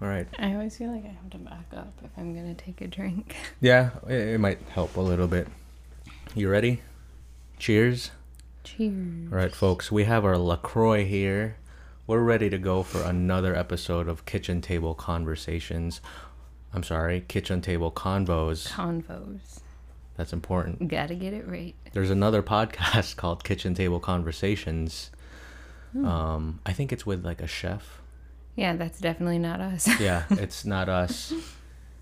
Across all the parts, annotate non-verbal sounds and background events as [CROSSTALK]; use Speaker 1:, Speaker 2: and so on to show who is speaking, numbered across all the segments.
Speaker 1: right.
Speaker 2: I always feel like I have to back up if I'm gonna take a drink. [LAUGHS]
Speaker 1: Yeah, it, it might help a little bit. You ready? Cheers.
Speaker 2: Cheers.
Speaker 1: All right, folks, we have our LaCroix here. We're ready to go for another episode of Kitchen Table Conversations. I'm sorry, Kitchen Table Convos.
Speaker 2: Convos.
Speaker 1: That's important.
Speaker 2: Gotta get it right.
Speaker 1: There's another [LAUGHS] podcast called Kitchen Table Conversations. Um, I think it's with like a chef.
Speaker 2: Yeah, that's definitely not us.
Speaker 1: Yeah, it's not us.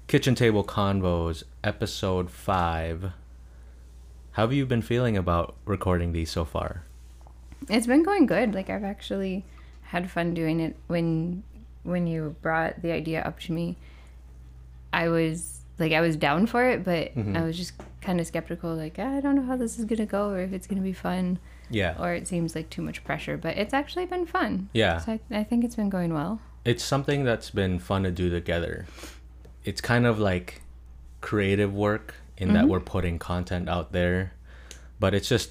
Speaker 1: Kitchen Table Convos, episode five. How have you been feeling about recording these so far?
Speaker 2: [LAUGHS] it's been going good. Like I've actually had fun doing it when when you brought the idea up to me. I was like I was down for it, but
Speaker 1: Mm-hmm.
Speaker 2: I was just kind of skeptical like I don't know how this is going to go or if it's going to be fun
Speaker 1: Yeah.
Speaker 2: or it seems like too much pressure, but it's actually been fun.
Speaker 1: Yeah.
Speaker 2: So I, I think it's been going well.
Speaker 1: it's something that's been fun to do together. It's kind of like creative work in that we're putting content out there, but it's just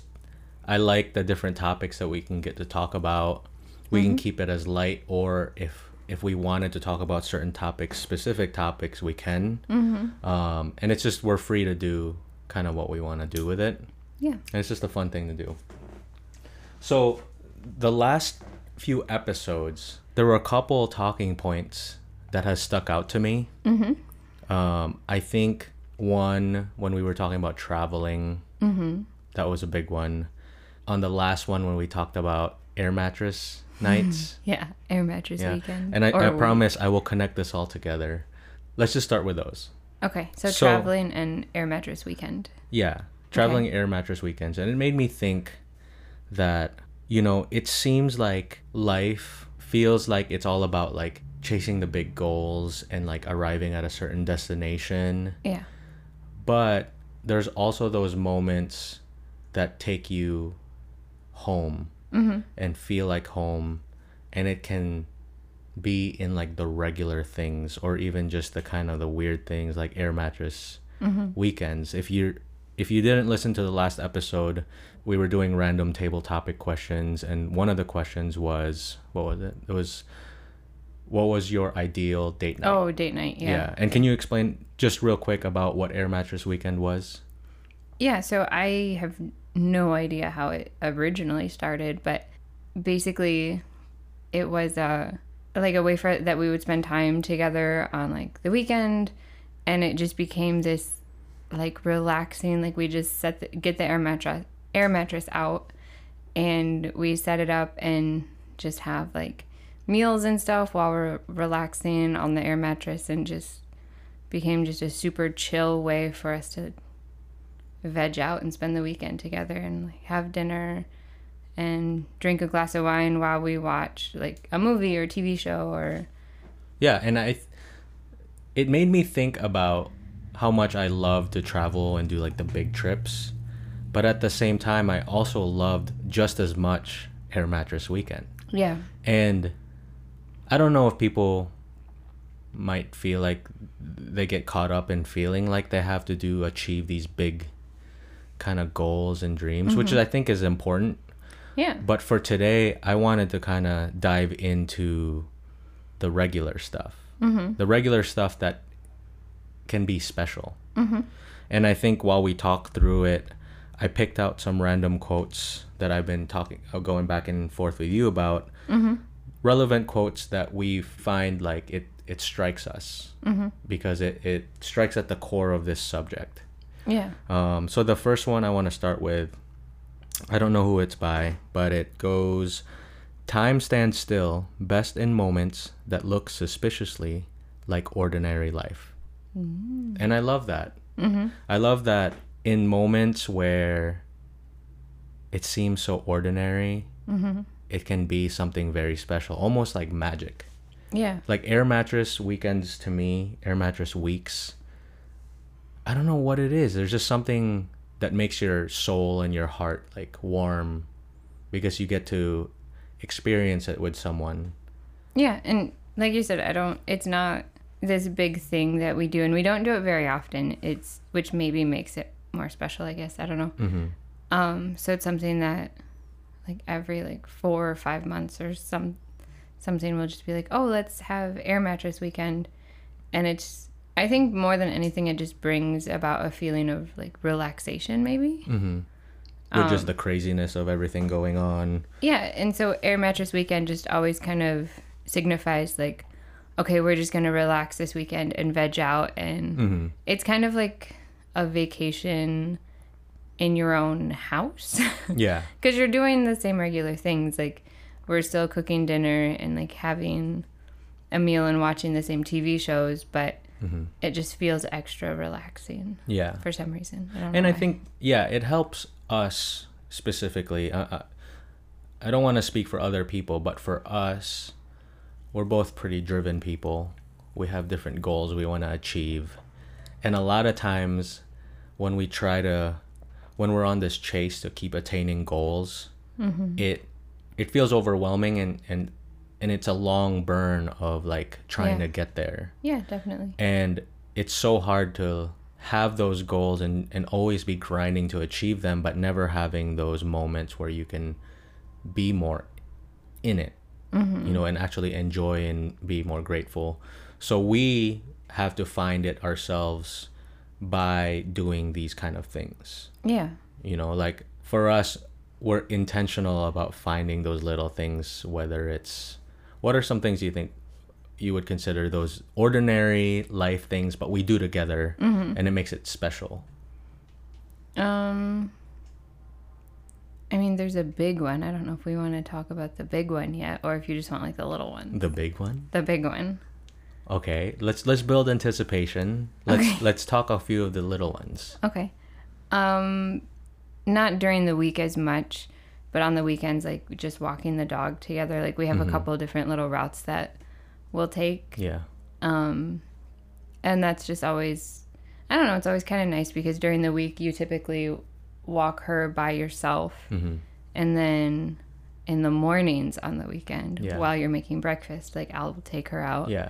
Speaker 1: I like the different topics that we can get to talk about. We can keep it as light, or if if we wanted to talk about certain topics, specific topics, we can. Um, and it's just we're free to do kind of what we want to do with it.
Speaker 2: Yeah.
Speaker 1: And it's just a fun thing to do. So, the last few episodes, there were a couple talking points that has stuck out to me. Mm-hmm. Um, I think one when we were talking about traveling, mm-hmm. that was a big one. On the last one when we talked about air mattress nights,
Speaker 2: Yeah, air mattress
Speaker 1: yeah.
Speaker 2: weekend.
Speaker 1: And I,
Speaker 2: Or
Speaker 1: I
Speaker 2: week.
Speaker 1: promise I will connect this all together. Let's just start with those.
Speaker 2: Okay, so,
Speaker 1: So-
Speaker 2: traveling and air mattress weekend.
Speaker 1: Yeah, traveling air mattress weekends. And it made me think that, you know, it seems like life feels like it's all about like chasing the big goals and like arriving at a certain destination.
Speaker 2: Yeah,
Speaker 1: But there's also those moments that take you home and feel like home. And it can be in like the regular things or even just the kind of the weird things like air mattress weekends if you if you didn't listen to the last episode we were doing random table topic questions and one of the questions was what was it it was what was your ideal date night
Speaker 2: Oh, date night. Yeah. yeah.
Speaker 1: and can you explain just real quick about what air mattress weekend was
Speaker 2: so I have no idea how it originally started, but basically it was a like a way for that we would spend time together on like the weekend and it just became this like relaxing like we just set the, get the air mattress air mattress out and we set it up and just have like meals and stuff while we're relaxing on the air mattress and just became just a super chill way for us to veg out and spend the weekend together and like have dinner and drink a glass of wine while we watch like a movie or TV show or
Speaker 1: Yeah, and I, th- it made me think about how much I love to travel and do like the big trips, but at the same time, I also loved just as much Air Mattress Weekend.
Speaker 2: yeah
Speaker 1: And I don't know if people might feel like they get caught up in feeling like they have to do achieve these big kind of goals and dreams, which I think is important
Speaker 2: yeah
Speaker 1: but for today, I wanted to kind of dive into the regular stuff, mm-hmm. the regular stuff that can be special. Mm-hmm. And I think while we talk through it, I picked out some random quotes that I've been talking, uh, going back and forth with you about, relevant quotes that we find like it it strikes us because it it strikes at the core of this subject.
Speaker 2: yeah
Speaker 1: Um, so the first one I want to start with, I don't know who it's by, but it goes, "Time stands still, best in moments that look suspiciously like ordinary life," and I love that. I love that in moments where it seems so ordinary, it can be something very special, almost like magic
Speaker 2: yeah
Speaker 1: like air mattress weekends to me air mattress weeks i don't know what it is there's just something that makes your soul and your heart like warm because you get to experience it with someone
Speaker 2: Yeah, and like you said, I don't. It's not this big thing that we do, and we don't do it very often. It's which maybe makes it more special. I guess I don't know. Um, so it's something that, like every like four or five months or some something will just be like, oh, let's have air mattress weekend. And it's, I think more than anything, it just brings about a feeling of like relaxation, maybe.
Speaker 1: Mm-hmm. With just the craziness of everything going on.
Speaker 2: Yeah. And so air mattress weekend just always kind of signifies like, okay, we're just going to relax this weekend and veg out. And
Speaker 1: Mm-hmm.
Speaker 2: it's kind of like a vacation in your own house.
Speaker 1: [LAUGHS]
Speaker 2: [LAUGHS]
Speaker 1: Yeah.
Speaker 2: because you're doing the same regular things like we're still cooking dinner and like having a meal and watching the same tv shows but
Speaker 1: Mm-hmm.
Speaker 2: it just feels extra relaxing
Speaker 1: Yeah.
Speaker 2: for some reason I don't
Speaker 1: and
Speaker 2: know
Speaker 1: I
Speaker 2: why.
Speaker 1: think yeah, it helps us specifically. I, I, I don't want to speak for other people, but for us, we're both pretty driven people. We have different goals we want to achieve, and a lot of times, when we try to, when we're on this chase to keep attaining goals, it it feels overwhelming and and and it's a long burn of like trying
Speaker 2: Yeah.
Speaker 1: to get there
Speaker 2: yeah definitely
Speaker 1: and it's so hard to have those goals and, and always be grinding to achieve them but never having those moments where you can be more in it you know and actually enjoy and be more grateful so we have to find it ourselves by doing these kind of things
Speaker 2: yeah
Speaker 1: you know like for us we're intentional about finding those little things whether it's what are some things you think you would consider those ordinary life things but we do together
Speaker 2: Mm-hmm.
Speaker 1: and it makes it special
Speaker 2: um i mean there's a big one i don't know if we want to talk about the big one yet or if you just want like the little one
Speaker 1: the big one
Speaker 2: the big one
Speaker 1: okay let's let's build anticipation let's [LAUGHS] let's talk a few of the little ones
Speaker 2: Okay. Um not during the week as much, but on the weekends like just walking the dog together. Like we have a couple different little routes that we'll take.
Speaker 1: yeah
Speaker 2: And that's just always I don't know, it's always kind of nice because during the week you typically walk her by yourself.
Speaker 1: Mm-hmm.
Speaker 2: And then in the mornings on the weekend
Speaker 1: Yeah.
Speaker 2: while you're making breakfast, like I'll take her out.
Speaker 1: yeah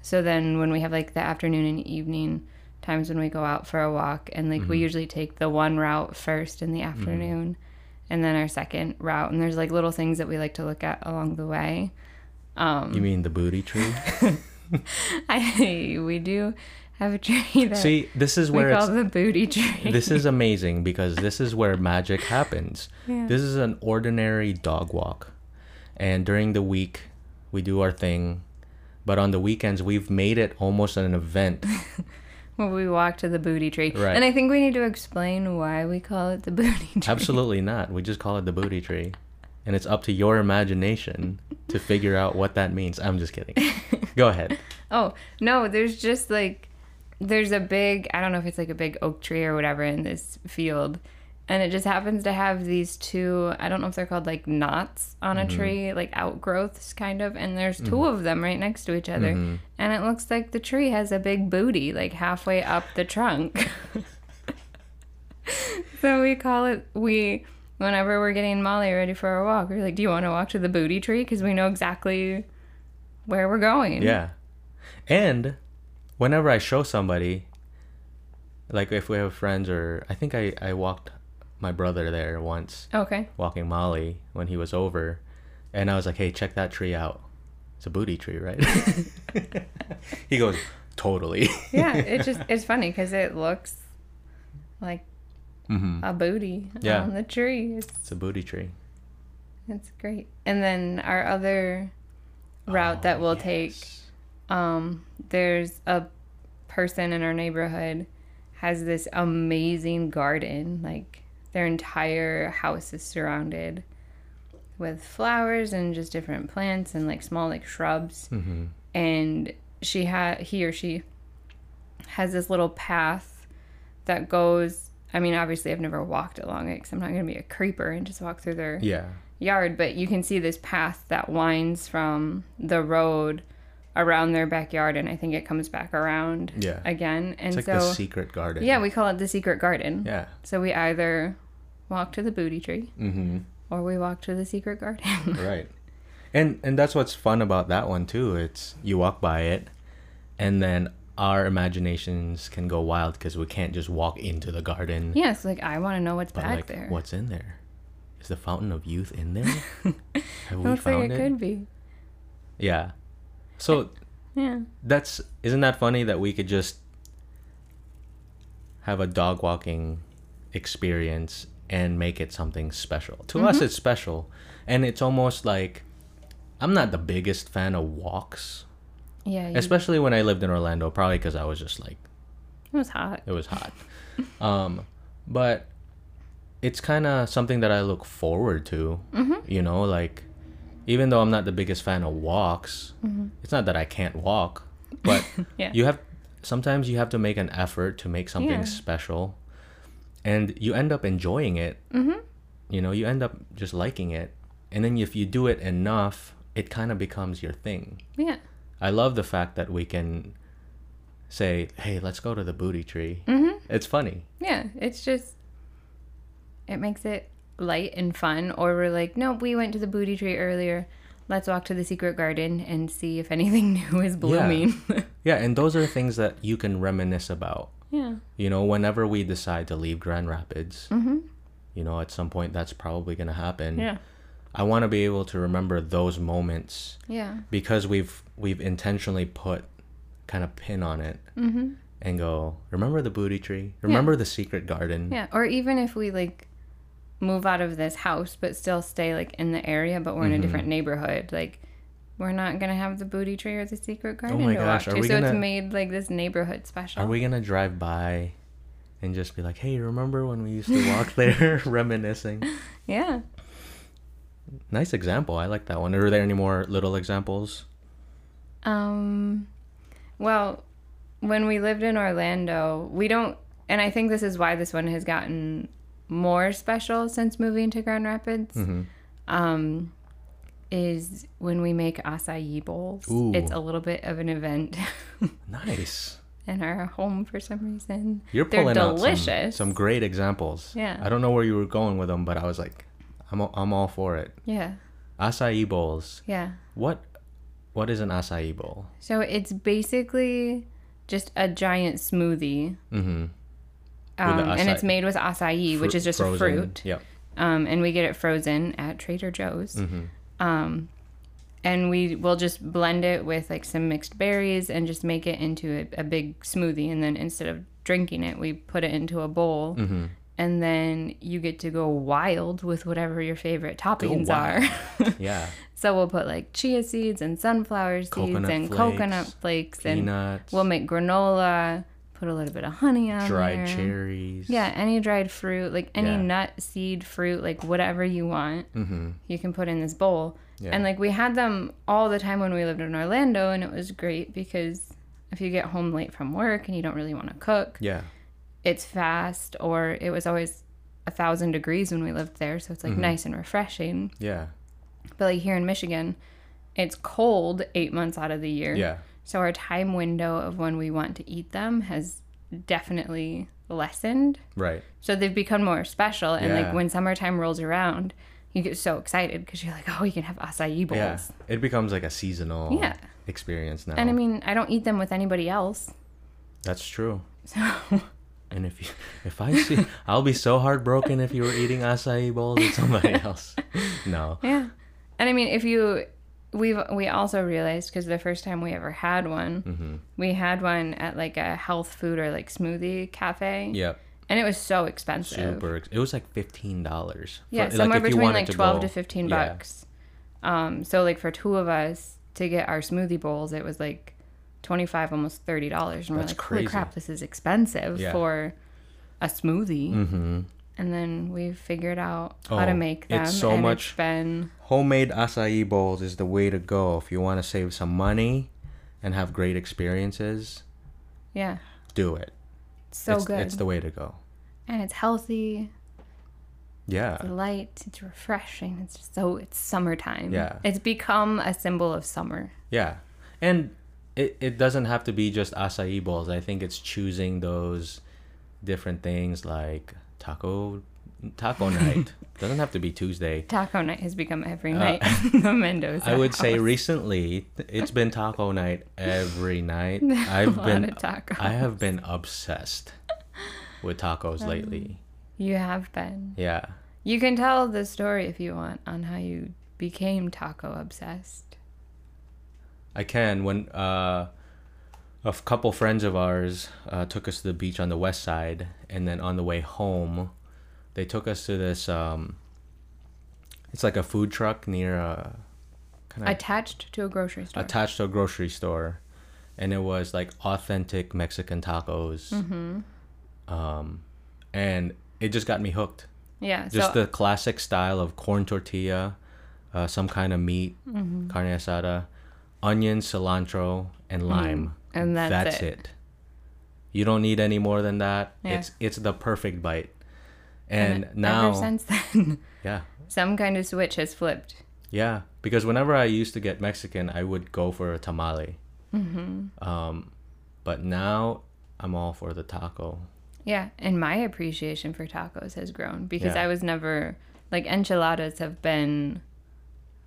Speaker 2: So then when we have like the afternoon and evening times when we go out for a walk and like
Speaker 1: Mm-hmm.
Speaker 2: we usually take the one route first in the afternoon and then our second route and there's like little things that we like to look at along the way. [LAUGHS] Um,
Speaker 1: you mean the booty tree
Speaker 2: I we do have a tree that
Speaker 1: see this is
Speaker 2: we
Speaker 1: where it's
Speaker 2: call the booty tree.
Speaker 1: this is amazing because this is where magic happens.
Speaker 2: Yeah.
Speaker 1: This is an ordinary dog walk. And during the week, we do our thing. But on the weekends, we've made it almost an event.
Speaker 2: when we walk to the booty tree.
Speaker 1: Right.
Speaker 2: And I think we need to explain why we call it the booty tree.
Speaker 1: Absolutely not. We just call it the booty tree. And it's up to your imagination to figure out what that means. I'm just kidding. Go ahead.
Speaker 2: Oh, no, there's just like there's a big I don't know if it's like a big oak tree or whatever in this field. And it just happens to have these two I don't know if they're called like knots on a tree, like outgrowths kind of, and there's 2 of them right next to each other. And it looks like the tree has a big booty like halfway up the trunk. [LAUGHS] so we call it we whenever we're getting Molly ready for our walk, we're like, "Do you want to walk to the booty tree?" because we know exactly where we're going.
Speaker 1: Yeah. And whenever I show somebody, like if we have friends or I think I, I walked my brother there once.
Speaker 2: Okay.
Speaker 1: walking Molly when he was over, and I was like, "Hey, check that tree out. It's a booty tree, right?" [LAUGHS] he goes, "Totally." [LAUGHS]
Speaker 2: yeah, it just it's funny because it looks like a booty
Speaker 1: Yeah.
Speaker 2: on the tree. It's
Speaker 1: It's a booty tree.
Speaker 2: it's great. And then our other route that we'll take, um, there's a person in our neighborhood has this amazing garden. Like their entire house is surrounded with flowers and just different plants and like small like shrubs. And she had he or she has this little path that goes. I mean, obviously, I've never walked along it because I'm not going to be a creeper and just walk through their
Speaker 1: Yeah.
Speaker 2: yard, but you can see this path that winds from the road around their backyard, and I think it comes back around
Speaker 1: Yeah.
Speaker 2: again.
Speaker 1: It's
Speaker 2: And
Speaker 1: like
Speaker 2: so,
Speaker 1: the secret garden.
Speaker 2: yeah, we call it the secret garden.
Speaker 1: Yeah.
Speaker 2: So we either walk to the booty tree
Speaker 1: Mm-hmm.
Speaker 2: or we walk to the secret garden. [LAUGHS]
Speaker 1: Right. And and that's what's fun about that one too. It's you walk by it, and then our imaginations can go wild because we can't just walk into the garden.
Speaker 2: yeah, so like I want to know what's
Speaker 1: But
Speaker 2: back
Speaker 1: like,
Speaker 2: there. [LAUGHS]
Speaker 1: what's in there? Is the fountain of youth in there? Have we
Speaker 2: Looks like
Speaker 1: found it?
Speaker 2: it could be.
Speaker 1: Yeah. So
Speaker 2: Yeah.
Speaker 1: that's isn't that funny that we could just have a dog walking experience and make it something special. To us it's special and it's almost like I'm not the biggest fan of walks,
Speaker 2: Yeah. You,
Speaker 1: especially when I lived in Orlando, probably cuz I was just like
Speaker 2: it was hot.
Speaker 1: it was hot. um, but it's kind of something that I look forward to.
Speaker 2: Mm-hmm.
Speaker 1: You know, like even though I'm not the biggest fan of walks, it's not that I can't walk, but
Speaker 2: Mm-hmm. [LAUGHS] Yeah.
Speaker 1: you have sometimes you have to make an effort to make something
Speaker 2: Yeah.
Speaker 1: special, and you end up enjoying it.
Speaker 2: Mm-hmm.
Speaker 1: You know, you end up just liking it, and then if you do it enough, it kind of becomes your thing.
Speaker 2: Yeah.
Speaker 1: I love the fact that we can say, "Hey, let's go to the booty tree." It's funny.
Speaker 2: Yeah. It's just it makes it light and fun. Or we're like, nope, we went to the booty tree earlier. Let's walk to the secret garden and see if anything [LAUGHS] new is
Speaker 1: [LAUGHS]
Speaker 2: blooming. Yeah.
Speaker 1: Yeah, and those are things that you can reminisce about.
Speaker 2: yeah.
Speaker 1: You know, whenever we decide to leave Grand Rapids, you know, at some point that's probably going to happen.
Speaker 2: Yeah.
Speaker 1: I want to be able to remember those moments because we've we've intentionally put kind of pin on it and go remember the booty tree, remember the secret garden.
Speaker 2: Yeah, or even if we like move out of this house but still stay like in the area but we're
Speaker 1: Mm-hmm.
Speaker 2: in a different neighborhood, like we're not gonna have the booty tree or the secret garden
Speaker 1: Oh my
Speaker 2: to
Speaker 1: gosh,
Speaker 2: walk
Speaker 1: are
Speaker 2: to.
Speaker 1: we
Speaker 2: So it's
Speaker 1: gonna-
Speaker 2: made like this neighborhood special.
Speaker 1: Are we going to drive by and just be like, "Hey, remember when we used to walk
Speaker 2: [LAUGHS]
Speaker 1: there [LAUGHS] reminiscing?"
Speaker 2: yeah.
Speaker 1: Nice example. I like that one. Are there any more little examples?
Speaker 2: Um well, when we lived in Orlando, we don't and I think this is why this one has gotten more special since moving to Grand Rapids.
Speaker 1: Mm-hmm.
Speaker 2: Um is when we make acai bowls.
Speaker 1: Ooh.
Speaker 2: It's a little bit of an event. [LAUGHS]
Speaker 1: Nice.
Speaker 2: in our home for some reason.
Speaker 1: You're
Speaker 2: They're
Speaker 1: pulling out some-
Speaker 2: delicious.
Speaker 1: Some, great examples.
Speaker 2: Yeah.
Speaker 1: I don't know where you were going with them, but I was like, I'm, a- I'm all for it.
Speaker 2: Yeah,
Speaker 1: Acai bowls.
Speaker 2: yeah.
Speaker 1: What what is an acai bowl?
Speaker 2: So it's basically just a giant smoothie,
Speaker 1: Mm-hmm.
Speaker 2: um, and
Speaker 1: acai-
Speaker 2: it's made with acai, which is just a fruit. [LAUGHS]
Speaker 1: Yep.
Speaker 2: Um, and we get it frozen at Trader Joe's.
Speaker 1: Mm-hmm.
Speaker 2: Um, and we will just blend it with like some mixed berries and just make it into a, a big smoothie. And then instead of drinking it, we put it into a bowl.
Speaker 1: Mm-hmm.
Speaker 2: And then you get to go wild with whatever your favorite toppings
Speaker 1: wild.
Speaker 2: are. [LAUGHS]
Speaker 1: Yeah.
Speaker 2: So we'll put like chia seeds and sunflower seeds
Speaker 1: Coconut
Speaker 2: and
Speaker 1: flakes,
Speaker 2: coconut flakes and
Speaker 1: Peanuts,
Speaker 2: we'll make granola, put a little bit of honey on
Speaker 1: dried
Speaker 2: there.
Speaker 1: cherries.
Speaker 2: Yeah, any dried fruit, like any
Speaker 1: Yeah. Mm-hmm.
Speaker 2: nut, seed, fruit, like whatever you want, you can put in this bowl.
Speaker 1: Yeah.
Speaker 2: And like we had them all the time when we lived in Orlando, and it was great because if you get home late from work and you don't really want to cook,
Speaker 1: Yeah.
Speaker 2: it's fast, or it was always a thousand degrees when we lived there, so it's
Speaker 1: Mm-hmm.
Speaker 2: like nice and refreshing.
Speaker 1: Yeah.
Speaker 2: But like here in Michigan, it's cold eight months out of the year.
Speaker 1: Yeah.
Speaker 2: So our time window of when we want to eat them has definitely lessened.
Speaker 1: Right.
Speaker 2: So they've become more special. And
Speaker 1: Yeah.
Speaker 2: like when summertime rolls around, you get so excited because you're like, oh, you can have acai bowls.
Speaker 1: Yeah. It becomes like a seasonal
Speaker 2: Yeah.
Speaker 1: experience now.
Speaker 2: And I mean, I don't eat them with anybody else.
Speaker 1: That's
Speaker 2: [LAUGHS]
Speaker 1: true. And if you, if I see, I'll be so heartbroken if you were eating acai bowls with
Speaker 2: [LAUGHS]
Speaker 1: somebody else. No.
Speaker 2: Yeah. And I mean, if you, we've, we also realized because the first time we ever had one,
Speaker 1: Mm-hmm.
Speaker 2: we had one at like a health food or like smoothie cafe.
Speaker 1: Yep.
Speaker 2: And it was so expensive.
Speaker 1: Super. Ex- it was like fifteen dollars.
Speaker 2: Yeah, somewhere between like twelve to fifteen
Speaker 1: Yeah.
Speaker 2: bucks. Um, so like for two of us to get our smoothie bowls, it was like twenty five, almost thirty dollars, and
Speaker 1: That's
Speaker 2: we're like,
Speaker 1: crazy.
Speaker 2: holy crap, this is expensive
Speaker 1: Yeah. Mm-hmm.
Speaker 2: for a smoothie. And then we figured out how
Speaker 1: Oh,
Speaker 2: to make
Speaker 1: it's
Speaker 2: them.
Speaker 1: so
Speaker 2: and
Speaker 1: much-
Speaker 2: It's been
Speaker 1: Homemade acai bowls is the way to go if you want to save some money, and have great experiences.
Speaker 2: yeah,
Speaker 1: Do it.
Speaker 2: it's so
Speaker 1: it's,
Speaker 2: good,
Speaker 1: It's the way to go.
Speaker 2: and it's healthy,
Speaker 1: Yeah.
Speaker 2: light, it's refreshing. It's just so it's summertime.
Speaker 1: Yeah.
Speaker 2: it's become a symbol of summer.
Speaker 1: Yeah. And it it doesn't have to be just acai bowls. I think it's choosing those different things like taco taco night. Doesn't have to be Tuesday.
Speaker 2: Taco night has become every night. [LAUGHS] in the Mendoza.
Speaker 1: Uh, I would say
Speaker 2: house.
Speaker 1: recently it's been taco night every night. I've
Speaker 2: lot
Speaker 1: been
Speaker 2: of tacos.
Speaker 1: I have been obsessed with tacos lately.
Speaker 2: You have been.
Speaker 1: Yeah.
Speaker 2: You can tell the story if you want on how you became taco obsessed.
Speaker 1: I can. When uh, a f- couple friends of ours uh, took us to the beach on the west side, and then on the way home, they took us to this. Um, it's like a food truck near a kind of
Speaker 2: Attached to a grocery store.
Speaker 1: attached to a grocery store, and it was like authentic Mexican tacos. Um, and it just got me hooked.
Speaker 2: yeah.
Speaker 1: Just
Speaker 2: so
Speaker 1: the classic style of corn tortilla, uh, some kind of meat,
Speaker 2: Mm-hmm.
Speaker 1: carne asada, onion, cilantro, and lime.
Speaker 2: Mm-hmm. and that's it.
Speaker 1: You don't need any more than that.
Speaker 2: Yeah.
Speaker 1: It's it's the perfect bite. And,
Speaker 2: ever
Speaker 1: now,
Speaker 2: since then, [LAUGHS]
Speaker 1: yeah,
Speaker 2: some kind of switch has flipped.
Speaker 1: yeah. Because whenever I used to get Mexican, I would go for a tamale. Mm-hmm. Um, but now I'm all for the taco.
Speaker 2: Yeah, and my appreciation for tacos has grown because
Speaker 1: Yeah.
Speaker 2: I was never like enchiladas have been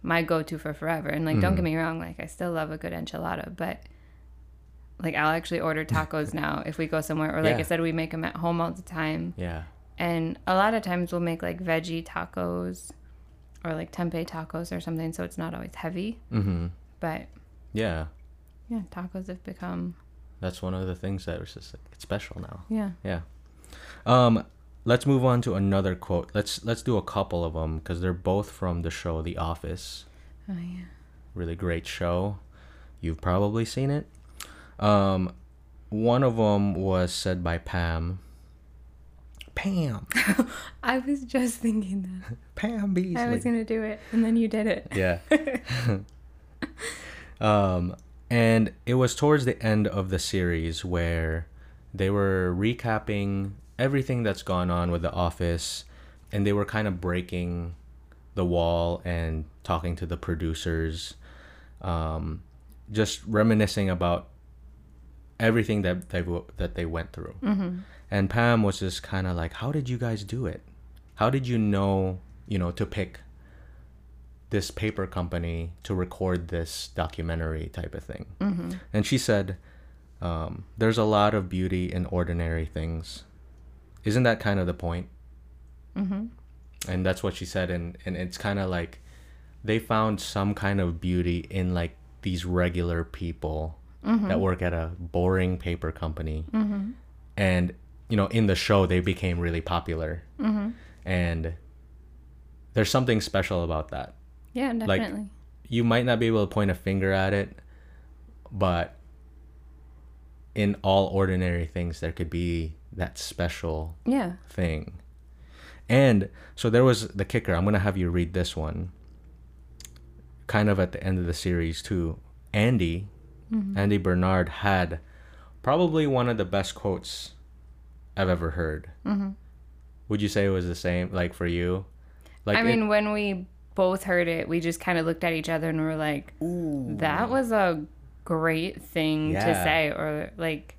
Speaker 2: my go-to for forever. And like,
Speaker 1: Mm-hmm.
Speaker 2: don't get me wrong, like I still love a good enchilada, but like I'll actually order
Speaker 1: [LAUGHS]
Speaker 2: tacos now if we go somewhere, or like I
Speaker 1: Yeah.
Speaker 2: said, we make them at home all the time.
Speaker 1: Yeah,
Speaker 2: And a lot of times we'll make like veggie tacos or like tempeh tacos or something, so it's not always heavy. Mm-hmm. But
Speaker 1: yeah.
Speaker 2: yeah, tacos have become
Speaker 1: That's one of the things that was just like, it's special now.
Speaker 2: yeah.
Speaker 1: Yeah. Um, let's move on to another quote. Let's let's do a couple of them because they're both from the show The Office.
Speaker 2: Oh yeah.
Speaker 1: Really great show. You've probably seen it. Um, one of them was said by Pam. Pam,
Speaker 2: I was just [LAUGHS] thinking that.
Speaker 1: Pam Beasley.
Speaker 2: I was gonna do it, and then you did it.
Speaker 1: yeah. [LAUGHS] um, and it was towards the end of the series where they were recapping everything that's gone on with The Office, and they were kind of breaking the wall and talking to the producers, um, just reminiscing about everything that they that they went through. And Pam was just kind of like, "How did you guys do it? How did you know, you know, to pick this paper company to record this documentary type of thing. And she said, um, There's a lot of beauty in ordinary things. Isn't that kind of the point? Mm-hmm. And that's what she said. And, and it's kind of like they found some kind of beauty in like these regular people that work at a boring paper company. And, you know, in the show, they became really popular. And there's something special about that
Speaker 2: [LAUGHS] Yeah, definitely.
Speaker 1: you might not be able to point a finger at it, but in all ordinary things, there could be that special
Speaker 2: yeah.
Speaker 1: thing. And so there was the kicker. I'm going to have you read this one. Kind of at the end of the series, too. Andy,
Speaker 2: Mm-hmm.
Speaker 1: Andy Bernard had probably one of the best quotes I've ever heard.
Speaker 2: Mm-hmm.
Speaker 1: Would you say it was the same, like for you? Like,
Speaker 2: I
Speaker 1: it-
Speaker 2: mean, when we both heard it, we just kind of looked at each other and were like, that was a great thing to
Speaker 1: Yeah.
Speaker 2: say. Or like,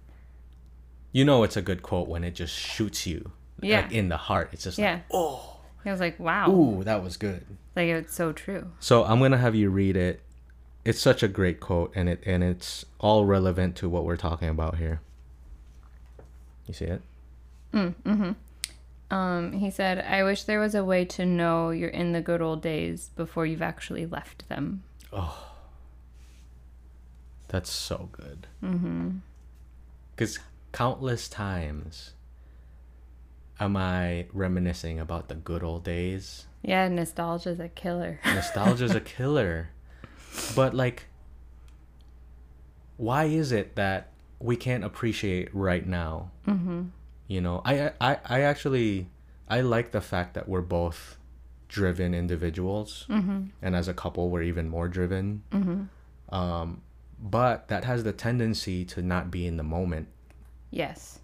Speaker 1: you know it's a good quote when it just shoots you
Speaker 2: Yeah.
Speaker 1: like in the heart it's just
Speaker 2: yeah.
Speaker 1: like oh
Speaker 2: It was like, wow.
Speaker 1: ooh that was good
Speaker 2: Like, it's so true.
Speaker 1: so i'm gonna have you read it it's such a great quote and it and it's all relevant to what we're talking about here you see it
Speaker 2: Um, he said, I wish there was a way to know you're in the good old days before you've actually left them.
Speaker 1: that's so good
Speaker 2: Mm-hmm.
Speaker 1: because countless times am i reminiscing about the good old days
Speaker 2: Yeah, nostalgia's a killer. [LAUGHS]
Speaker 1: nostalgia's a killer but like why is it that we can't appreciate right now mm-hmm. you know I, I i actually i like the fact that we're both driven individuals mm-hmm. and as a couple we're even more driven mm-hmm. um, but that has the tendency to not be in the moment
Speaker 2: yes.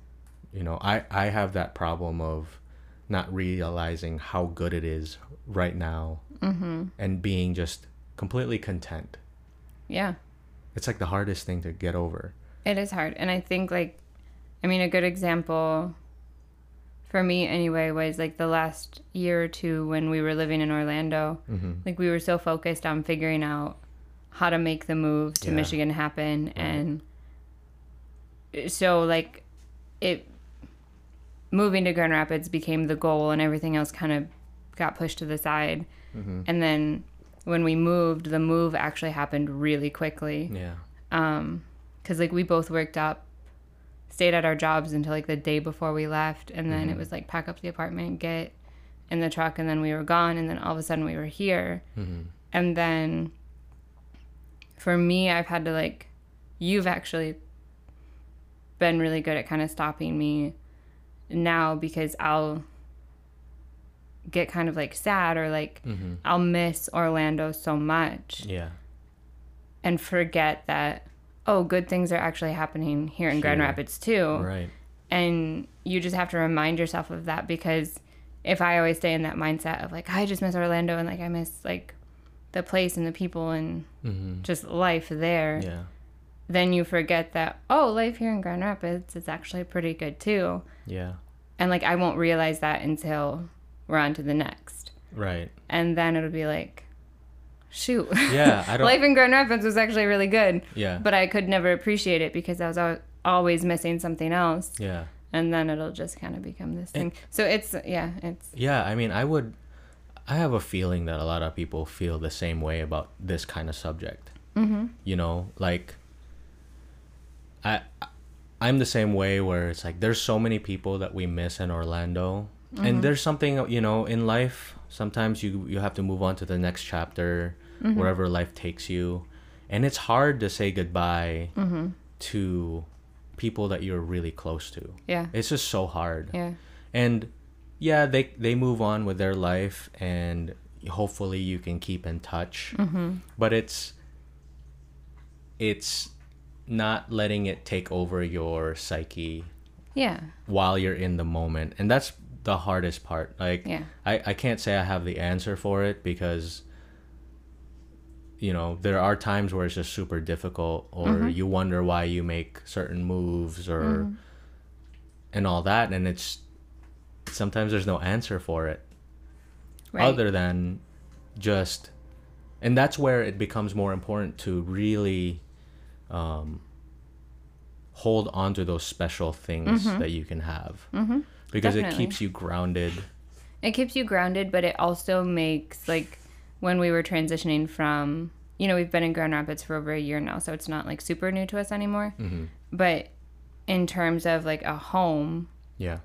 Speaker 1: you know i i have that problem of not realizing how good it is right now and being just completely content
Speaker 2: Yeah.
Speaker 1: it's like the hardest thing to get over
Speaker 2: It is hard. And I think, like, I mean, a good example for me, anyway, was like the last year or two when we were living in Orlando. Like, we were so focused on figuring out how to make the move to
Speaker 1: Yeah.
Speaker 2: Michigan happen. And so, like, it moving to Grand Rapids became the goal, and everything else kind of got pushed to the side. And then when we moved, the move actually happened really quickly.
Speaker 1: Yeah.
Speaker 2: Um, 'cause cause like we both worked up, stayed at our jobs until like the day before we left, and then it was like pack up the apartment, get in the truck, and then we were gone, and then all of a sudden we were here, and then for me, I've had to like, you've actually been really good at kind of stopping me now because I'll get kind of like sad or like I'll miss Orlando so much
Speaker 1: Yeah.
Speaker 2: and forget that oh good things are actually happening here in Grand
Speaker 1: Here.
Speaker 2: Rapids too
Speaker 1: Right.
Speaker 2: and you just have to remind yourself of that because if I always stay in that mindset of like I just miss Orlando and like I miss like the place and the people and just life there
Speaker 1: Mm-hmm, Mm. Yeah.
Speaker 2: then you forget that oh life here in Grand Rapids is actually pretty good too
Speaker 1: Yeah.
Speaker 2: and like I won't realize that until we're on to the next
Speaker 1: Right.
Speaker 2: and then it'll be like shoot
Speaker 1: Yeah.
Speaker 2: [LAUGHS]
Speaker 1: I don't.
Speaker 2: life in Grand Rapids was actually really good,
Speaker 1: yeah.
Speaker 2: but I could never appreciate it because I was al- always missing something else.
Speaker 1: yeah.
Speaker 2: And then it'll just kind of become this thing. So it's, yeah, it's,
Speaker 1: Yeah. I mean, I would. I have a feeling that a lot of people feel the same way about this kind of subject. Mm-hmm. You know, like. I, I- I'm the same way where it's like there's so many people that we miss in Orlando, and there's something you know in life. Sometimes you you have to move on to the next chapter, wherever life takes you, and it's hard to say goodbye to people that you're really close to.
Speaker 2: yeah,
Speaker 1: It's just so hard.
Speaker 2: yeah,
Speaker 1: and yeah they they move on with their life and hopefully you can keep in touch mm-hmm. but it's it's not letting it take over your psyche
Speaker 2: yeah,
Speaker 1: while you're in the moment and that's the hardest part like
Speaker 2: Yeah.
Speaker 1: I, I can't say i have the answer for it because you know there are times where it's just super difficult or
Speaker 2: Mm-hmm.
Speaker 1: you wonder why you make certain moves or and all that and it's sometimes there's no answer for it
Speaker 2: right.
Speaker 1: other than just and that's where it becomes more important to really um, hold on to those special things that you can have mm-hmm. because
Speaker 2: Definitely.
Speaker 1: it keeps you grounded
Speaker 2: it keeps you grounded, but it also makes, like, when we were transitioning from, you know, we've been in Grand Rapids for over a year now, so it's not like super new to us anymore. But in terms of like a home,
Speaker 1: yeah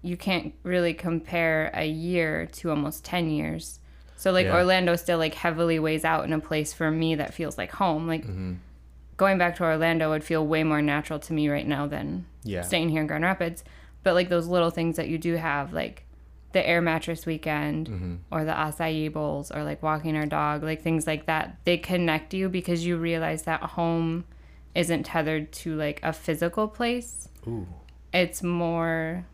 Speaker 2: you can't really compare a year to almost 10 years so like
Speaker 1: Yeah.
Speaker 2: orlando still like heavily weighs out in a place for me that feels like home like
Speaker 1: Mm-hmm.
Speaker 2: going back to orlando would feel way more natural to me right now than
Speaker 1: Yeah.
Speaker 2: staying here in grand rapids but like those little things that you do have like the air mattress weekend
Speaker 1: Mm-hmm.
Speaker 2: or the acai bowls or like walking our dog like things like that they connect you because you realize that home isn't tethered to like a physical place
Speaker 1: ooh
Speaker 2: it's more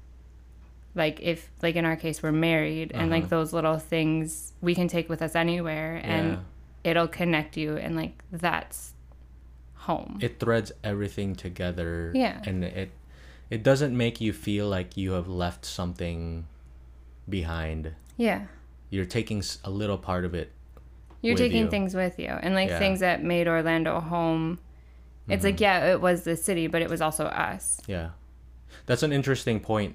Speaker 2: like if like in our case we're married and
Speaker 1: Uh-huh.
Speaker 2: like those little things we can take with us anywhere and it'll connect you and like that's home
Speaker 1: it threads everything together
Speaker 2: Yeah.
Speaker 1: and it it doesn't make you feel like you have left something behind
Speaker 2: yeah
Speaker 1: you're taking s- a little part of it
Speaker 2: you're
Speaker 1: with
Speaker 2: taking
Speaker 1: you.
Speaker 2: things with you and like
Speaker 1: Yeah. Mm-hmm.
Speaker 2: things that made orlando home it's like yeah it was the city but it was also us
Speaker 1: Yeah. That's an interesting point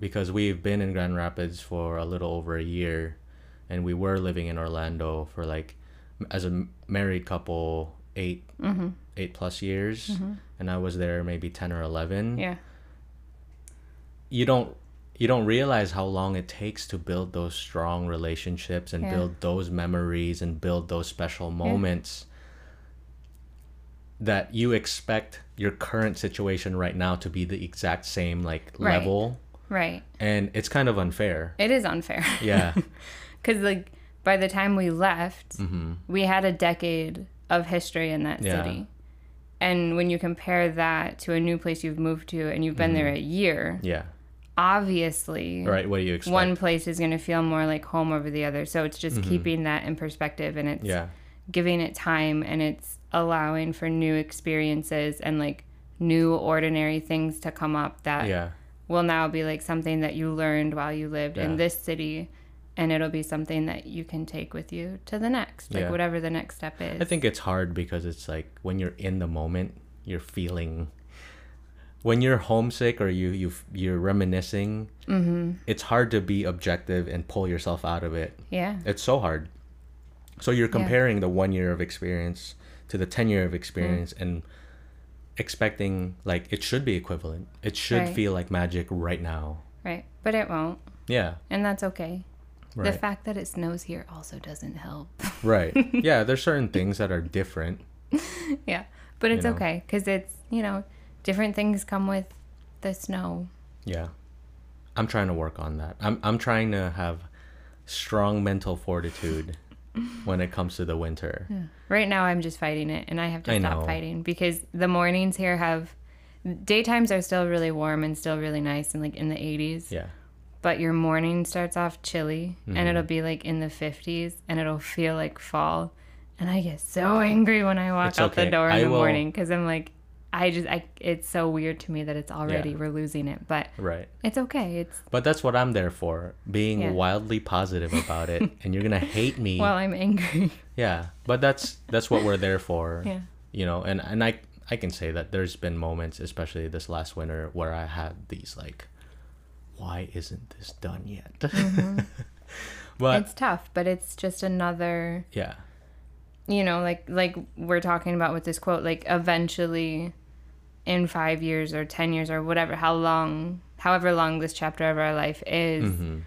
Speaker 1: because we've been in Grand Rapids for a little over a year and we were living in Orlando for like m- as a m- married couple 8
Speaker 2: Mm-hmm.
Speaker 1: 8 plus years and I was there maybe 10 or 11.
Speaker 2: yeah
Speaker 1: You don't you don't realize how long it takes to build those strong relationships and
Speaker 2: Yeah.
Speaker 1: build those memories and build those special moments that you expect your current situation right now to be the exact same like
Speaker 2: Right.
Speaker 1: level
Speaker 2: right
Speaker 1: and it's kind of unfair
Speaker 2: it is unfair [LAUGHS]
Speaker 1: yeah
Speaker 2: because like by the time we left we had a decade of history in that
Speaker 1: Mm-hmm. Yeah.
Speaker 2: city and when you compare that to a new place you've moved to and you've been there a year
Speaker 1: yeah
Speaker 2: obviously
Speaker 1: Mm-hmm. right what do you expect
Speaker 2: one place is going to feel more like home over the other so it's just keeping that in perspective and it's
Speaker 1: Mm-hmm. yeah
Speaker 2: giving it time and it's allowing for new experiences and like new ordinary things to come up that
Speaker 1: yeah
Speaker 2: will now be like something that you learned while you lived in
Speaker 1: Yeah.
Speaker 2: this city and it'll be something that you can take with you to the next like
Speaker 1: Yeah.
Speaker 2: whatever the next step is
Speaker 1: i think it's hard because it's like when you're in the moment you're feeling when you're homesick or you you you're reminiscing
Speaker 2: Mm-hmm.
Speaker 1: it's hard to be objective and pull yourself out of it
Speaker 2: yeah
Speaker 1: it's so hard So you're comparing the one year of experience to the 10 year of experience
Speaker 2: Mm.
Speaker 1: and expecting like it should be equivalent. It should
Speaker 2: Right.
Speaker 1: feel like magic right now.
Speaker 2: Right. But it won't.
Speaker 1: Yeah.
Speaker 2: And that's okay.
Speaker 1: Right.
Speaker 2: The fact that it snows here also doesn't help. [LAUGHS]
Speaker 1: right. Yeah, there's certain things that are different.
Speaker 2: yeah. But it's
Speaker 1: know.
Speaker 2: okay because it's, you know, different things come with the snow.
Speaker 1: Yeah. I'm trying to work on that. I'm I'm trying to have strong mental
Speaker 2: [LAUGHS]
Speaker 1: fortitude when it comes to the winter.
Speaker 2: Right now, I'm just fighting it, and I have to
Speaker 1: I
Speaker 2: stop
Speaker 1: know.
Speaker 2: fighting because the mornings here have daytimes are still really warm and still really nice and like in the 80s,
Speaker 1: Yeah.
Speaker 2: but your morning starts off chilly
Speaker 1: Mm-hmm.
Speaker 2: and it'll be like in the 50s and it'll feel like fall. And I get so angry when I walk
Speaker 1: It's
Speaker 2: out
Speaker 1: okay.
Speaker 2: the door in
Speaker 1: I
Speaker 2: the
Speaker 1: will-
Speaker 2: morning because I'm like, I just, I, it's so weird to me that it's already
Speaker 1: Yeah.
Speaker 2: we're losing it, but
Speaker 1: Right.
Speaker 2: it's okay. It's
Speaker 1: But that's what I'm there for, being
Speaker 2: Yeah.
Speaker 1: wildly positive about
Speaker 2: [LAUGHS]
Speaker 1: it and you're going to hate me.
Speaker 2: well, I'm angry. [LAUGHS]
Speaker 1: yeah. But that's that's what we're there for.
Speaker 2: Yeah.
Speaker 1: You know, and and I I can say that there's been moments, especially this last winter, where I had these like why isn't this done yet? [LAUGHS] but
Speaker 2: Mm-hmm. it's tough, but it's just another
Speaker 1: yeah.
Speaker 2: you know like like we're talking about with this quote like eventually in 5 years or 10 years or whatever how long however long this chapter of our life is
Speaker 1: Mm-hmm.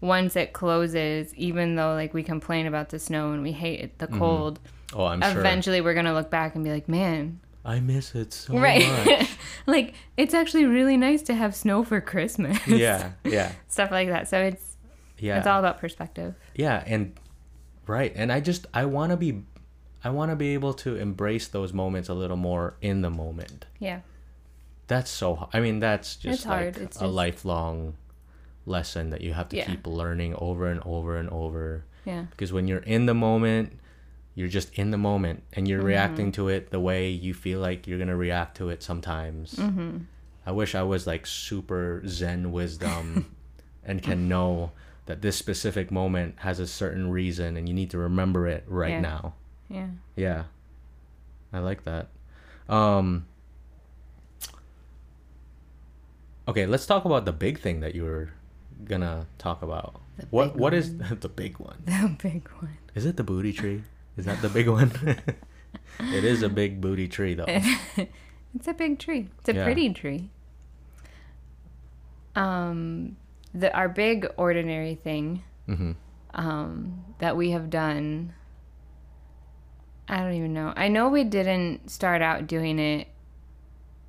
Speaker 2: once it closes even though like we complain about the snow and we hate it, the cold
Speaker 1: Oh, I'm sure.
Speaker 2: eventually we're going to look back and be like man
Speaker 1: I miss it so much.
Speaker 2: right [LAUGHS] like it's actually really nice to have snow for christmas
Speaker 1: yeah, yeah,
Speaker 2: [LAUGHS] stuff like that so it's
Speaker 1: yeah,
Speaker 2: it's all about perspective
Speaker 1: yeah, and right, and I just I want to be, I want to be able to embrace those moments a little more in the moment.
Speaker 2: yeah
Speaker 1: That's so. h- I mean, that's just
Speaker 2: It's
Speaker 1: like
Speaker 2: hard, it's
Speaker 1: a
Speaker 2: just-
Speaker 1: lifelong lesson that you have to
Speaker 2: Yeah.
Speaker 1: keep learning over and over and over.
Speaker 2: yeah
Speaker 1: Because when you're in the moment, you're just in the moment, and you're reacting
Speaker 2: Mm-hmm.
Speaker 1: to it the way you feel like you're gonna react to it sometimes.
Speaker 2: Mm-hmm.
Speaker 1: I wish I was like super Zen wisdom
Speaker 2: [LAUGHS]
Speaker 1: and can know that this specific moment has a certain reason and you need to remember it right
Speaker 2: Yeah.
Speaker 1: now. [LAUGHS]
Speaker 2: yeah
Speaker 1: Yeah. I like that. Um Okay, let's talk about the big thing that you were gonna talk about. what
Speaker 2: big
Speaker 1: What is [LAUGHS] the big one?
Speaker 2: the big one
Speaker 1: Is it the booty tree? Is that the big
Speaker 2: [LAUGHS]
Speaker 1: one? it is a big booty tree though.
Speaker 2: It's a big tree. It's a
Speaker 1: Yeah.
Speaker 2: pretty tree. Um, the our big ordinary thing
Speaker 1: hmm
Speaker 2: um, that we have done. I don't even know. I know we didn't start out doing it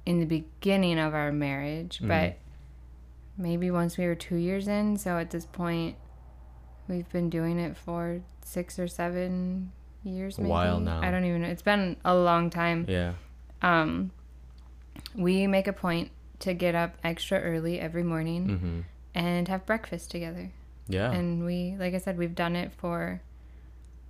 Speaker 2: in the beginning of our marriage,
Speaker 1: Mm-hmm.
Speaker 2: but maybe once we were two years in. So at this point, we've been doing it for six or seven years.
Speaker 1: A
Speaker 2: Maybe.
Speaker 1: while now.
Speaker 2: I don't even know. It's been a long time
Speaker 1: Yeah.
Speaker 2: um, we make a point to get up extra early every morning
Speaker 1: hmm
Speaker 2: and have breakfast together.
Speaker 1: Yeah.
Speaker 2: And we, like I said, we've done it for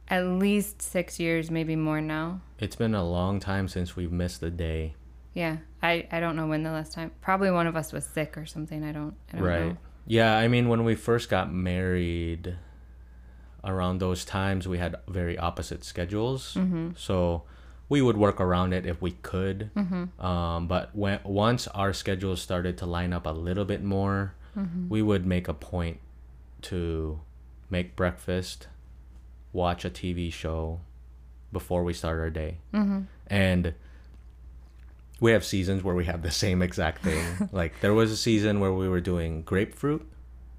Speaker 2: at least six years, maybe more now.
Speaker 1: It's been a long time since we've missed a day.
Speaker 2: Yeah, I, I don't know when the last time. Probably one of us was sick or something. I don't. I don't
Speaker 1: Right.
Speaker 2: Know.
Speaker 1: Yeah, I mean, when we first got married, around those times, we had very opposite schedules.
Speaker 2: Mm-hmm.
Speaker 1: So we would work around it if we could.
Speaker 2: Mm-hmm.
Speaker 1: Um, but when, once our schedules started to line up a little bit more,
Speaker 2: Mm-hmm.
Speaker 1: we would make a point to make breakfast, watch a TV show before we start our day. And we have seasons where we have the same exact thing. like there was a season where we were doing grapefruit,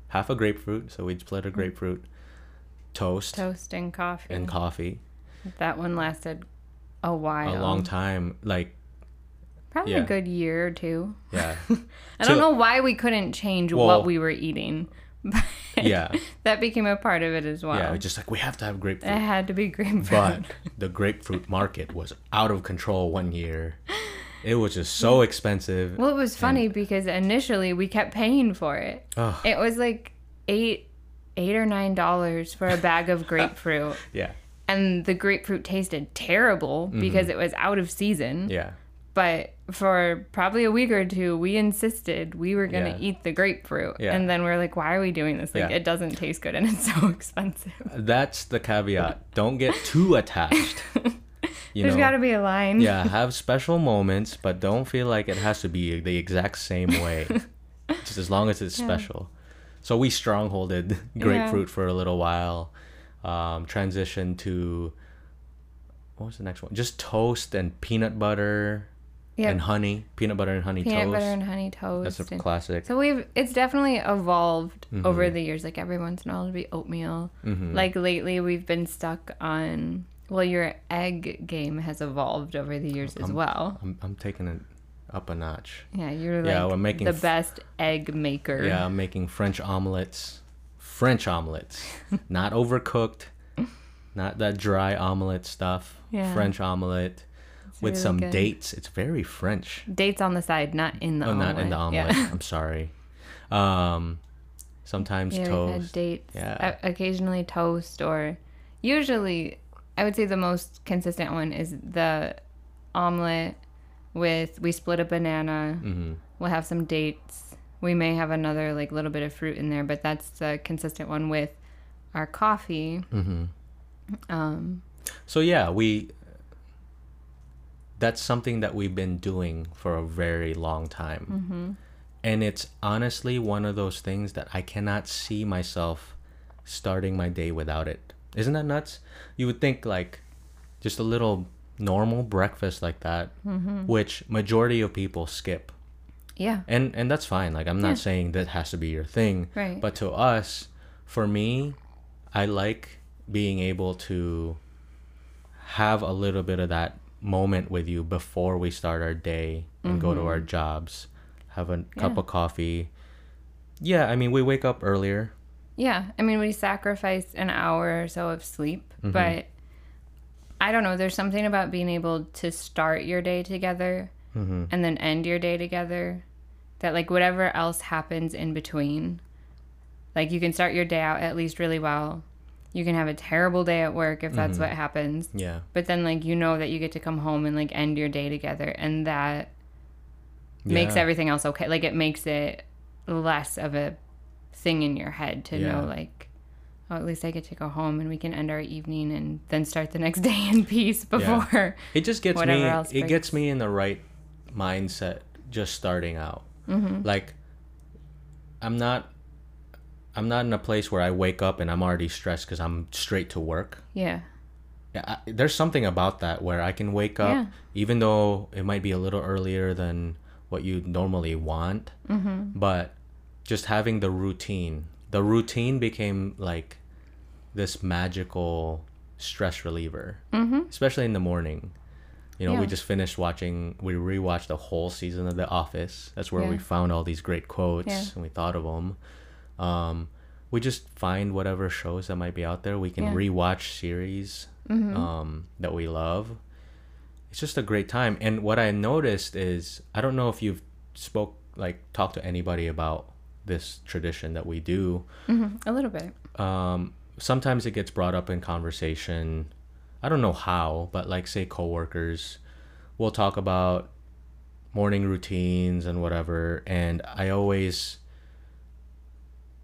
Speaker 1: half a grapefruit, so we'd split a grapefruit, toast,
Speaker 2: Toast and coffee.
Speaker 1: and coffee.
Speaker 2: that one lasted a while.
Speaker 1: A long time, like
Speaker 2: Probably
Speaker 1: yeah.
Speaker 2: a good year or two.
Speaker 1: yeah,
Speaker 2: I don't
Speaker 1: So-
Speaker 2: know why we couldn't change
Speaker 1: Well-
Speaker 2: what we were eating. But
Speaker 1: yeah,
Speaker 2: that became a part of it as well.
Speaker 1: yeah. Just like we have to have
Speaker 2: [LAUGHS]
Speaker 1: grapefruit.
Speaker 2: It had to be grapefruit.
Speaker 1: but the grapefruit market was out of control one year. It was just so expensive.
Speaker 2: well, it was funny because initially we kept paying for it.
Speaker 1: Ugh.
Speaker 2: It was like eight, eight or nine dollars for a
Speaker 1: [LAUGHS]
Speaker 2: bag of grapefruit,
Speaker 1: yeah,
Speaker 2: and the grapefruit tasted terrible because it was out of season.
Speaker 1: Mm-hmm. yeah,
Speaker 2: But for probably a week or two, we insisted we were gonna
Speaker 1: Yeah.
Speaker 2: eat the grapefruit,
Speaker 1: Yeah.
Speaker 2: and then we're like, "Why are we doing this? Like,
Speaker 1: Yeah.
Speaker 2: it doesn't taste good, and it's [LAUGHS] so expensive.
Speaker 1: that's the caveat. Don't get too
Speaker 2: [LAUGHS]
Speaker 1: attached. You
Speaker 2: There's
Speaker 1: know?
Speaker 2: got to be a line."
Speaker 1: yeah have special moments but don't feel like it has to be the exact same
Speaker 2: [LAUGHS]
Speaker 1: way [LAUGHS] just as long as it's special so we strongholded grapefruit for a little while um, transition to what was the next one? Just toast and peanut butter
Speaker 2: Yep.
Speaker 1: and honey. Peanut butter and honey
Speaker 2: peanut
Speaker 1: toast.
Speaker 2: butter and honey toast.
Speaker 1: That's a
Speaker 2: and-
Speaker 1: classic.
Speaker 2: so we've it's definitely evolved
Speaker 1: Mm-hmm.
Speaker 2: over the years. Like every once in a while, it'll be oatmeal. Like lately, we've been stuck on. Well, your egg game has evolved over the years
Speaker 1: Um,
Speaker 2: as well.
Speaker 1: I'm, I'm taking it up a notch.
Speaker 2: Yeah, you're like
Speaker 1: Yeah, we're making
Speaker 2: the
Speaker 1: f-
Speaker 2: best egg maker.
Speaker 1: Yeah, I'm making French omelets. French
Speaker 2: [LAUGHS]
Speaker 1: omelets. not overcooked. Not that dry omelet stuff.
Speaker 2: Yeah.
Speaker 1: French omelet with
Speaker 2: really
Speaker 1: some
Speaker 2: good.
Speaker 1: dates. It's very French.
Speaker 2: Dates on the side, not in the
Speaker 1: Oh,
Speaker 2: omelet.
Speaker 1: not in the omelet.
Speaker 2: Yeah,
Speaker 1: I'm sorry. Um, sometimes
Speaker 2: yeah we've had
Speaker 1: toast.
Speaker 2: uh, dates.
Speaker 1: Yeah.
Speaker 2: o- occasionally toast or usually, I would say the most consistent one is the omelet with we split a banana.
Speaker 1: Mhm.
Speaker 2: We'll have some dates. We may have another like little bit of fruit in there, but that's the consistent one with our coffee.
Speaker 1: Mm.
Speaker 2: Um,
Speaker 1: So yeah, we that's something that we've been doing for a very long time. And it's honestly one of those things that I cannot see myself starting my day without it. Isn't that nuts? You would think like just a little normal breakfast like that, which majority of people skip.
Speaker 2: yeah,
Speaker 1: And and that's fine. Like I'm not saying that has to be your thing.
Speaker 2: Right.
Speaker 1: But to us, for me, I like being able to have a little bit of that moment with you before we start our day and go
Speaker 2: Mm-hmm.
Speaker 1: to our jobs, have a cup of coffee. Yeah, I mean we wake up earlier.
Speaker 2: yeah. I mean, we sacrificed an hour or so of sleep,
Speaker 1: Mm-hmm.
Speaker 2: but I don't know. There's something about being able to start your day together and then end your day together that, like, whatever else happens in between, like, you can start your day out at least really well. You can have a terrible day at work if
Speaker 1: Mm-hmm.
Speaker 2: that's what happens.
Speaker 1: Yeah.
Speaker 2: but then like you know that you get to come home and like end your day together and that makes
Speaker 1: Yeah.
Speaker 2: everything else okay like it makes it less of a thing in your head to
Speaker 1: Yeah.
Speaker 2: know like oh at least i get to go home and we can end our evening and then start the next [LAUGHS] day in peace before
Speaker 1: It just gets
Speaker 2: whatever
Speaker 1: me.
Speaker 2: else
Speaker 1: It gets me in the right mindset just starting out.
Speaker 2: Mm-hmm.
Speaker 1: Like, I'm not. I'm not in a place where I wake up and I'm already stressed because I'm straight to work.
Speaker 2: yeah
Speaker 1: Yeah, I, there's something about that where I can wake up,
Speaker 2: Yeah.
Speaker 1: even though it might be a little earlier than what you normally want, but just having the routine. The routine became like this magical stress reliever, especially in the morning. You know, we
Speaker 2: Mm-hmm. Yeah.
Speaker 1: just finished watching, we rewatched the whole season of The Office. That's where we
Speaker 2: Yeah.
Speaker 1: found all these great quotes
Speaker 2: Yeah.
Speaker 1: and we thought of them. Um, we just find whatever shows that might be out there. We can
Speaker 2: Yeah. Mm-hmm.
Speaker 1: rewatch series um, that we love. It's just a great time. And what I noticed is I don't know if you've spoke like talked to anybody about this tradition that we do.
Speaker 2: Mm-hmm. a little bit
Speaker 1: Um, sometimes it gets brought up in conversation. I don't know how, but like say coworkers, we'll talk about morning routines and whatever. And I always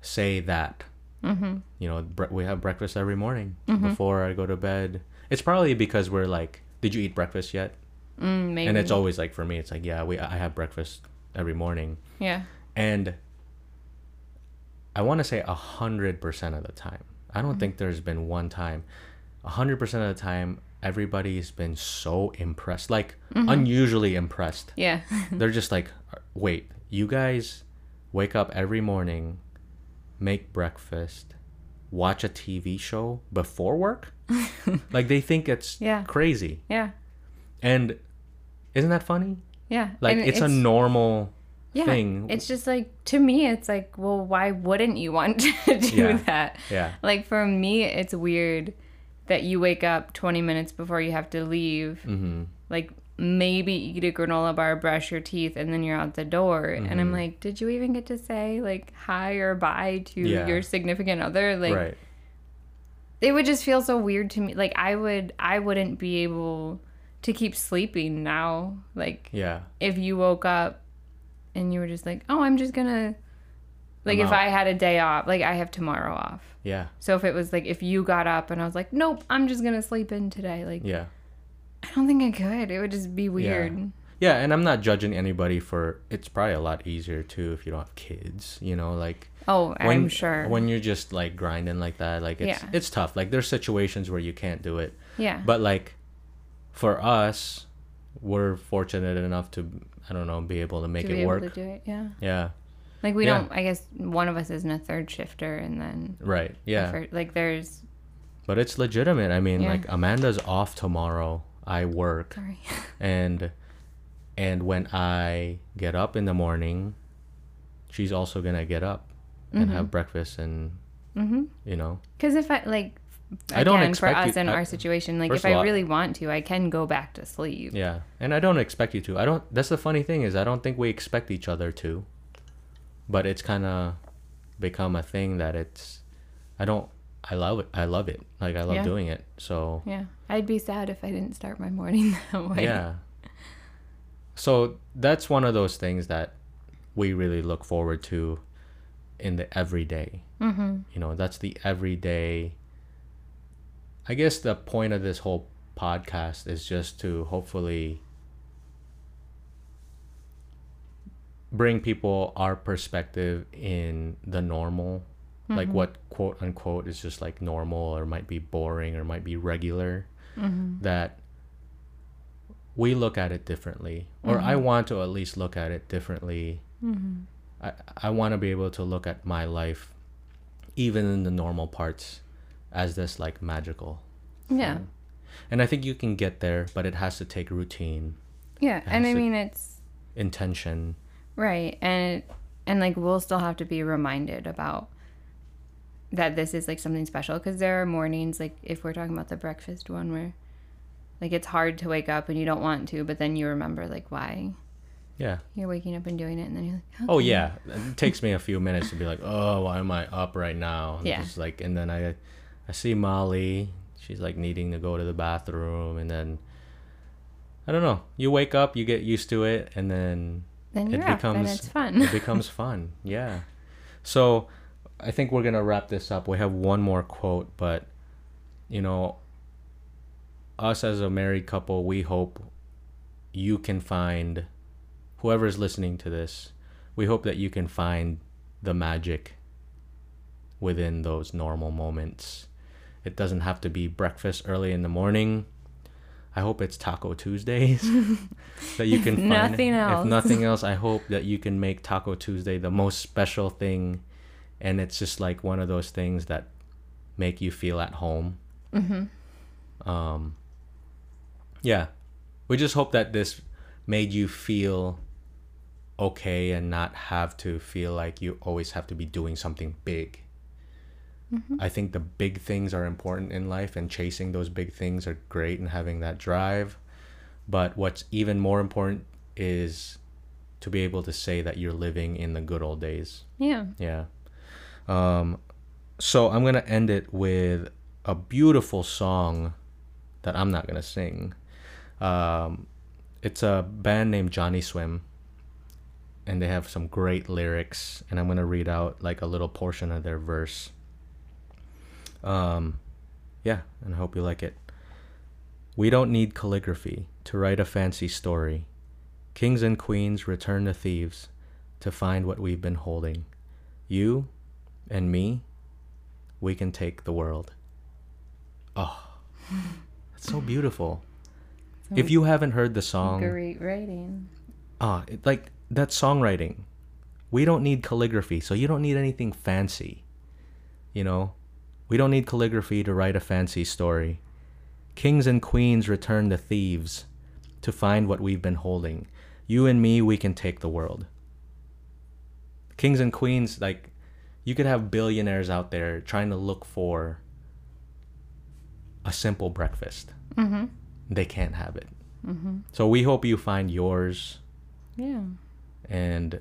Speaker 1: say that you know bre- we have breakfast every morning before i go to bed it's probably because we're like did you eat breakfast yet
Speaker 2: mm, maybe
Speaker 1: and it's always like for me it's like yeah we i have breakfast every morning
Speaker 2: yeah
Speaker 1: and i want to say a hundred percent of the time i
Speaker 2: Mm-hmm.
Speaker 1: don't think there's been one time a hundred percent of the time everybody's been so impressed like
Speaker 2: Mm-hmm.
Speaker 1: unusually impressed
Speaker 2: yeah [LAUGHS]
Speaker 1: they're just like wait you guys wake up every morning make breakfast watch a tv show before
Speaker 2: [LAUGHS]
Speaker 1: work like they think it's
Speaker 2: Yeah.
Speaker 1: crazy
Speaker 2: yeah
Speaker 1: and isn't that funny
Speaker 2: yeah
Speaker 1: like
Speaker 2: And
Speaker 1: it's, a normal
Speaker 2: yeah,
Speaker 1: thing
Speaker 2: it's just like to me it's like well why wouldn't you want [LAUGHS] to do
Speaker 1: Yeah.
Speaker 2: that
Speaker 1: yeah
Speaker 2: Like for me, it's weird that you wake up 20 minutes before you have to leave.
Speaker 1: Mm-hmm.
Speaker 2: Like maybe eat a granola bar, brush your teeth, and then you're out the door. And
Speaker 1: Mm-hmm.
Speaker 2: I'm like, did you even get to say like hi or bye to
Speaker 1: Yeah.
Speaker 2: your significant other? Like
Speaker 1: right
Speaker 2: it would just feel so weird to me. Like I would, I wouldn't be able to keep sleeping now. Like
Speaker 1: yeah
Speaker 2: if you woke up and you were just like, oh, I'm just gonna. Like
Speaker 1: I'm
Speaker 2: if
Speaker 1: out.
Speaker 2: I had a day off, like I have tomorrow off.
Speaker 1: yeah
Speaker 2: So if it was like if you got up and I was like, nope, I'm just gonna sleep in today. Like
Speaker 1: yeah
Speaker 2: I don't think I could. It would just be weird.
Speaker 1: Yeah, and I'm not judging anybody for it's probably a lot easier too if you don't have kids, you know, like
Speaker 2: Oh,
Speaker 1: when,
Speaker 2: I'm sure.
Speaker 1: when you're just like grinding like that, like it's
Speaker 2: Yeah.
Speaker 1: it's tough. Like there's situations where you can't do it.
Speaker 2: yeah.
Speaker 1: But like for us, we're fortunate enough to I don't know, be able to make
Speaker 2: to be
Speaker 1: it
Speaker 2: able
Speaker 1: work.
Speaker 2: to do it, yeah.
Speaker 1: Yeah.
Speaker 2: Like we
Speaker 1: Yeah.
Speaker 2: don't. I guess one of us isn't a third shifter, and then
Speaker 1: Right. Yeah.
Speaker 2: for- like there's
Speaker 1: But it's legitimate. I mean,
Speaker 2: Yeah.
Speaker 1: like Amanda's off tomorrow. I work
Speaker 2: sorry. [LAUGHS]
Speaker 1: and and when I get up in the morning, she's also going to get up and have breakfast and you know.
Speaker 2: Because if I like, again,
Speaker 1: I don't
Speaker 2: for
Speaker 1: expect you-
Speaker 2: us in
Speaker 1: I-
Speaker 2: our situation, like
Speaker 1: first
Speaker 2: if
Speaker 1: of
Speaker 2: I
Speaker 1: all-
Speaker 2: really want to, I can go back to sleep.
Speaker 1: Yeah. And I don't expect you to. I don't that's the funny thing is I don't think we expect each other to. But it's kind of become a thing that it's I don't I love it. I love it. Like I love
Speaker 2: Yeah.
Speaker 1: doing it. So
Speaker 2: Yeah. I'd be sad if I didn't start my morning [LAUGHS] that way.
Speaker 1: Yeah. So that's one of those things that we really look forward to in the everyday. Mm-hmm. You know, that's the everyday. I guess the point of this whole podcast is just to hopefully bring people our perspective in the normal. Like what quote unquote is just like normal or might be boring or might be regular. That we look at it differently or i want to at least look at it differently i, I want to be able to look at my life even in the normal parts as this like magical
Speaker 2: Yeah.
Speaker 1: and i think you can get there but it has to take routine
Speaker 2: Yeah. And I
Speaker 1: so-
Speaker 2: mean, it's
Speaker 1: intention
Speaker 2: right. And, and like, we'll still have to be reminded about that this is like something special because there are mornings, like, if we're talking about the breakfast one where like it's hard to wake up and you don't want to, but then you remember like why
Speaker 1: yeah
Speaker 2: you're waking up and doing it. And then you're like,
Speaker 1: oh yeah it takes me a few minutes to be like oh why am i up right now and
Speaker 2: Yeah.
Speaker 1: just like and then i i see molly she's like needing to go to the bathroom and then i don't know you wake up you get used to it and then
Speaker 2: then
Speaker 1: it
Speaker 2: you're up and
Speaker 1: becomes-
Speaker 2: it's
Speaker 1: [LAUGHS]
Speaker 2: fun.
Speaker 1: it becomes fun yeah so i think we're gonna wrap this up we have one more quote but you know us as a married couple we hope you can find whoever is listening to this we hope that you can find the magic within those normal moments it doesn't have to be breakfast early in the morning i hope it's taco
Speaker 2: [LAUGHS]
Speaker 1: tuesdays that you can find
Speaker 2: nothing else.
Speaker 1: if nothing
Speaker 2: [LAUGHS]
Speaker 1: else i hope that you can make taco tuesday the most special thing and it's just like one of those things that make you feel at home mm-hmm. um yeah we just hope that this made you feel okay and not have to feel like you always have to be doing something big I think the big things are important in life, and chasing those big things are great and having that drive. But what's even more important is to be able to say that you're living in the good old days.
Speaker 2: yeah.
Speaker 1: Yeah. Um, so I'm gonna end it with a beautiful song that I'm not gonna sing. Um, it's a band named Johnny Swim, and they have some great lyrics. And I'm gonna read out like a little portion of their verse. Um, yeah, and I hope you like it. We don't need calligraphy to write a fancy story. Kings and queens return to thieves to find what we've been holding. You and me, we can take the world. Oh, [LAUGHS] that's so beautiful. if you haven't heard the song,
Speaker 2: Great writing.
Speaker 1: ah, it, like that's songwriting. We don't need calligraphy, so you don't need anything fancy. You know, we don't need calligraphy to write a fancy story. Kings and queens return to thieves to find what we've been holding. You and me, we can take the world. Kings and queens, like, you could have billionaires out there trying to look for a simple breakfast. Mm-hmm. They can't have it. Mm-hmm. So we hope you find yours.
Speaker 2: Yeah.
Speaker 1: And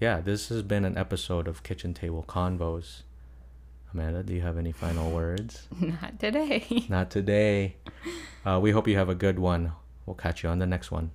Speaker 1: yeah, this has been an episode of Kitchen Table Convos. Amanda, do you have any final words?
Speaker 2: [LAUGHS] Not today. [LAUGHS]
Speaker 1: Not today. Uh, we hope you have a good one. We'll catch you on the next one.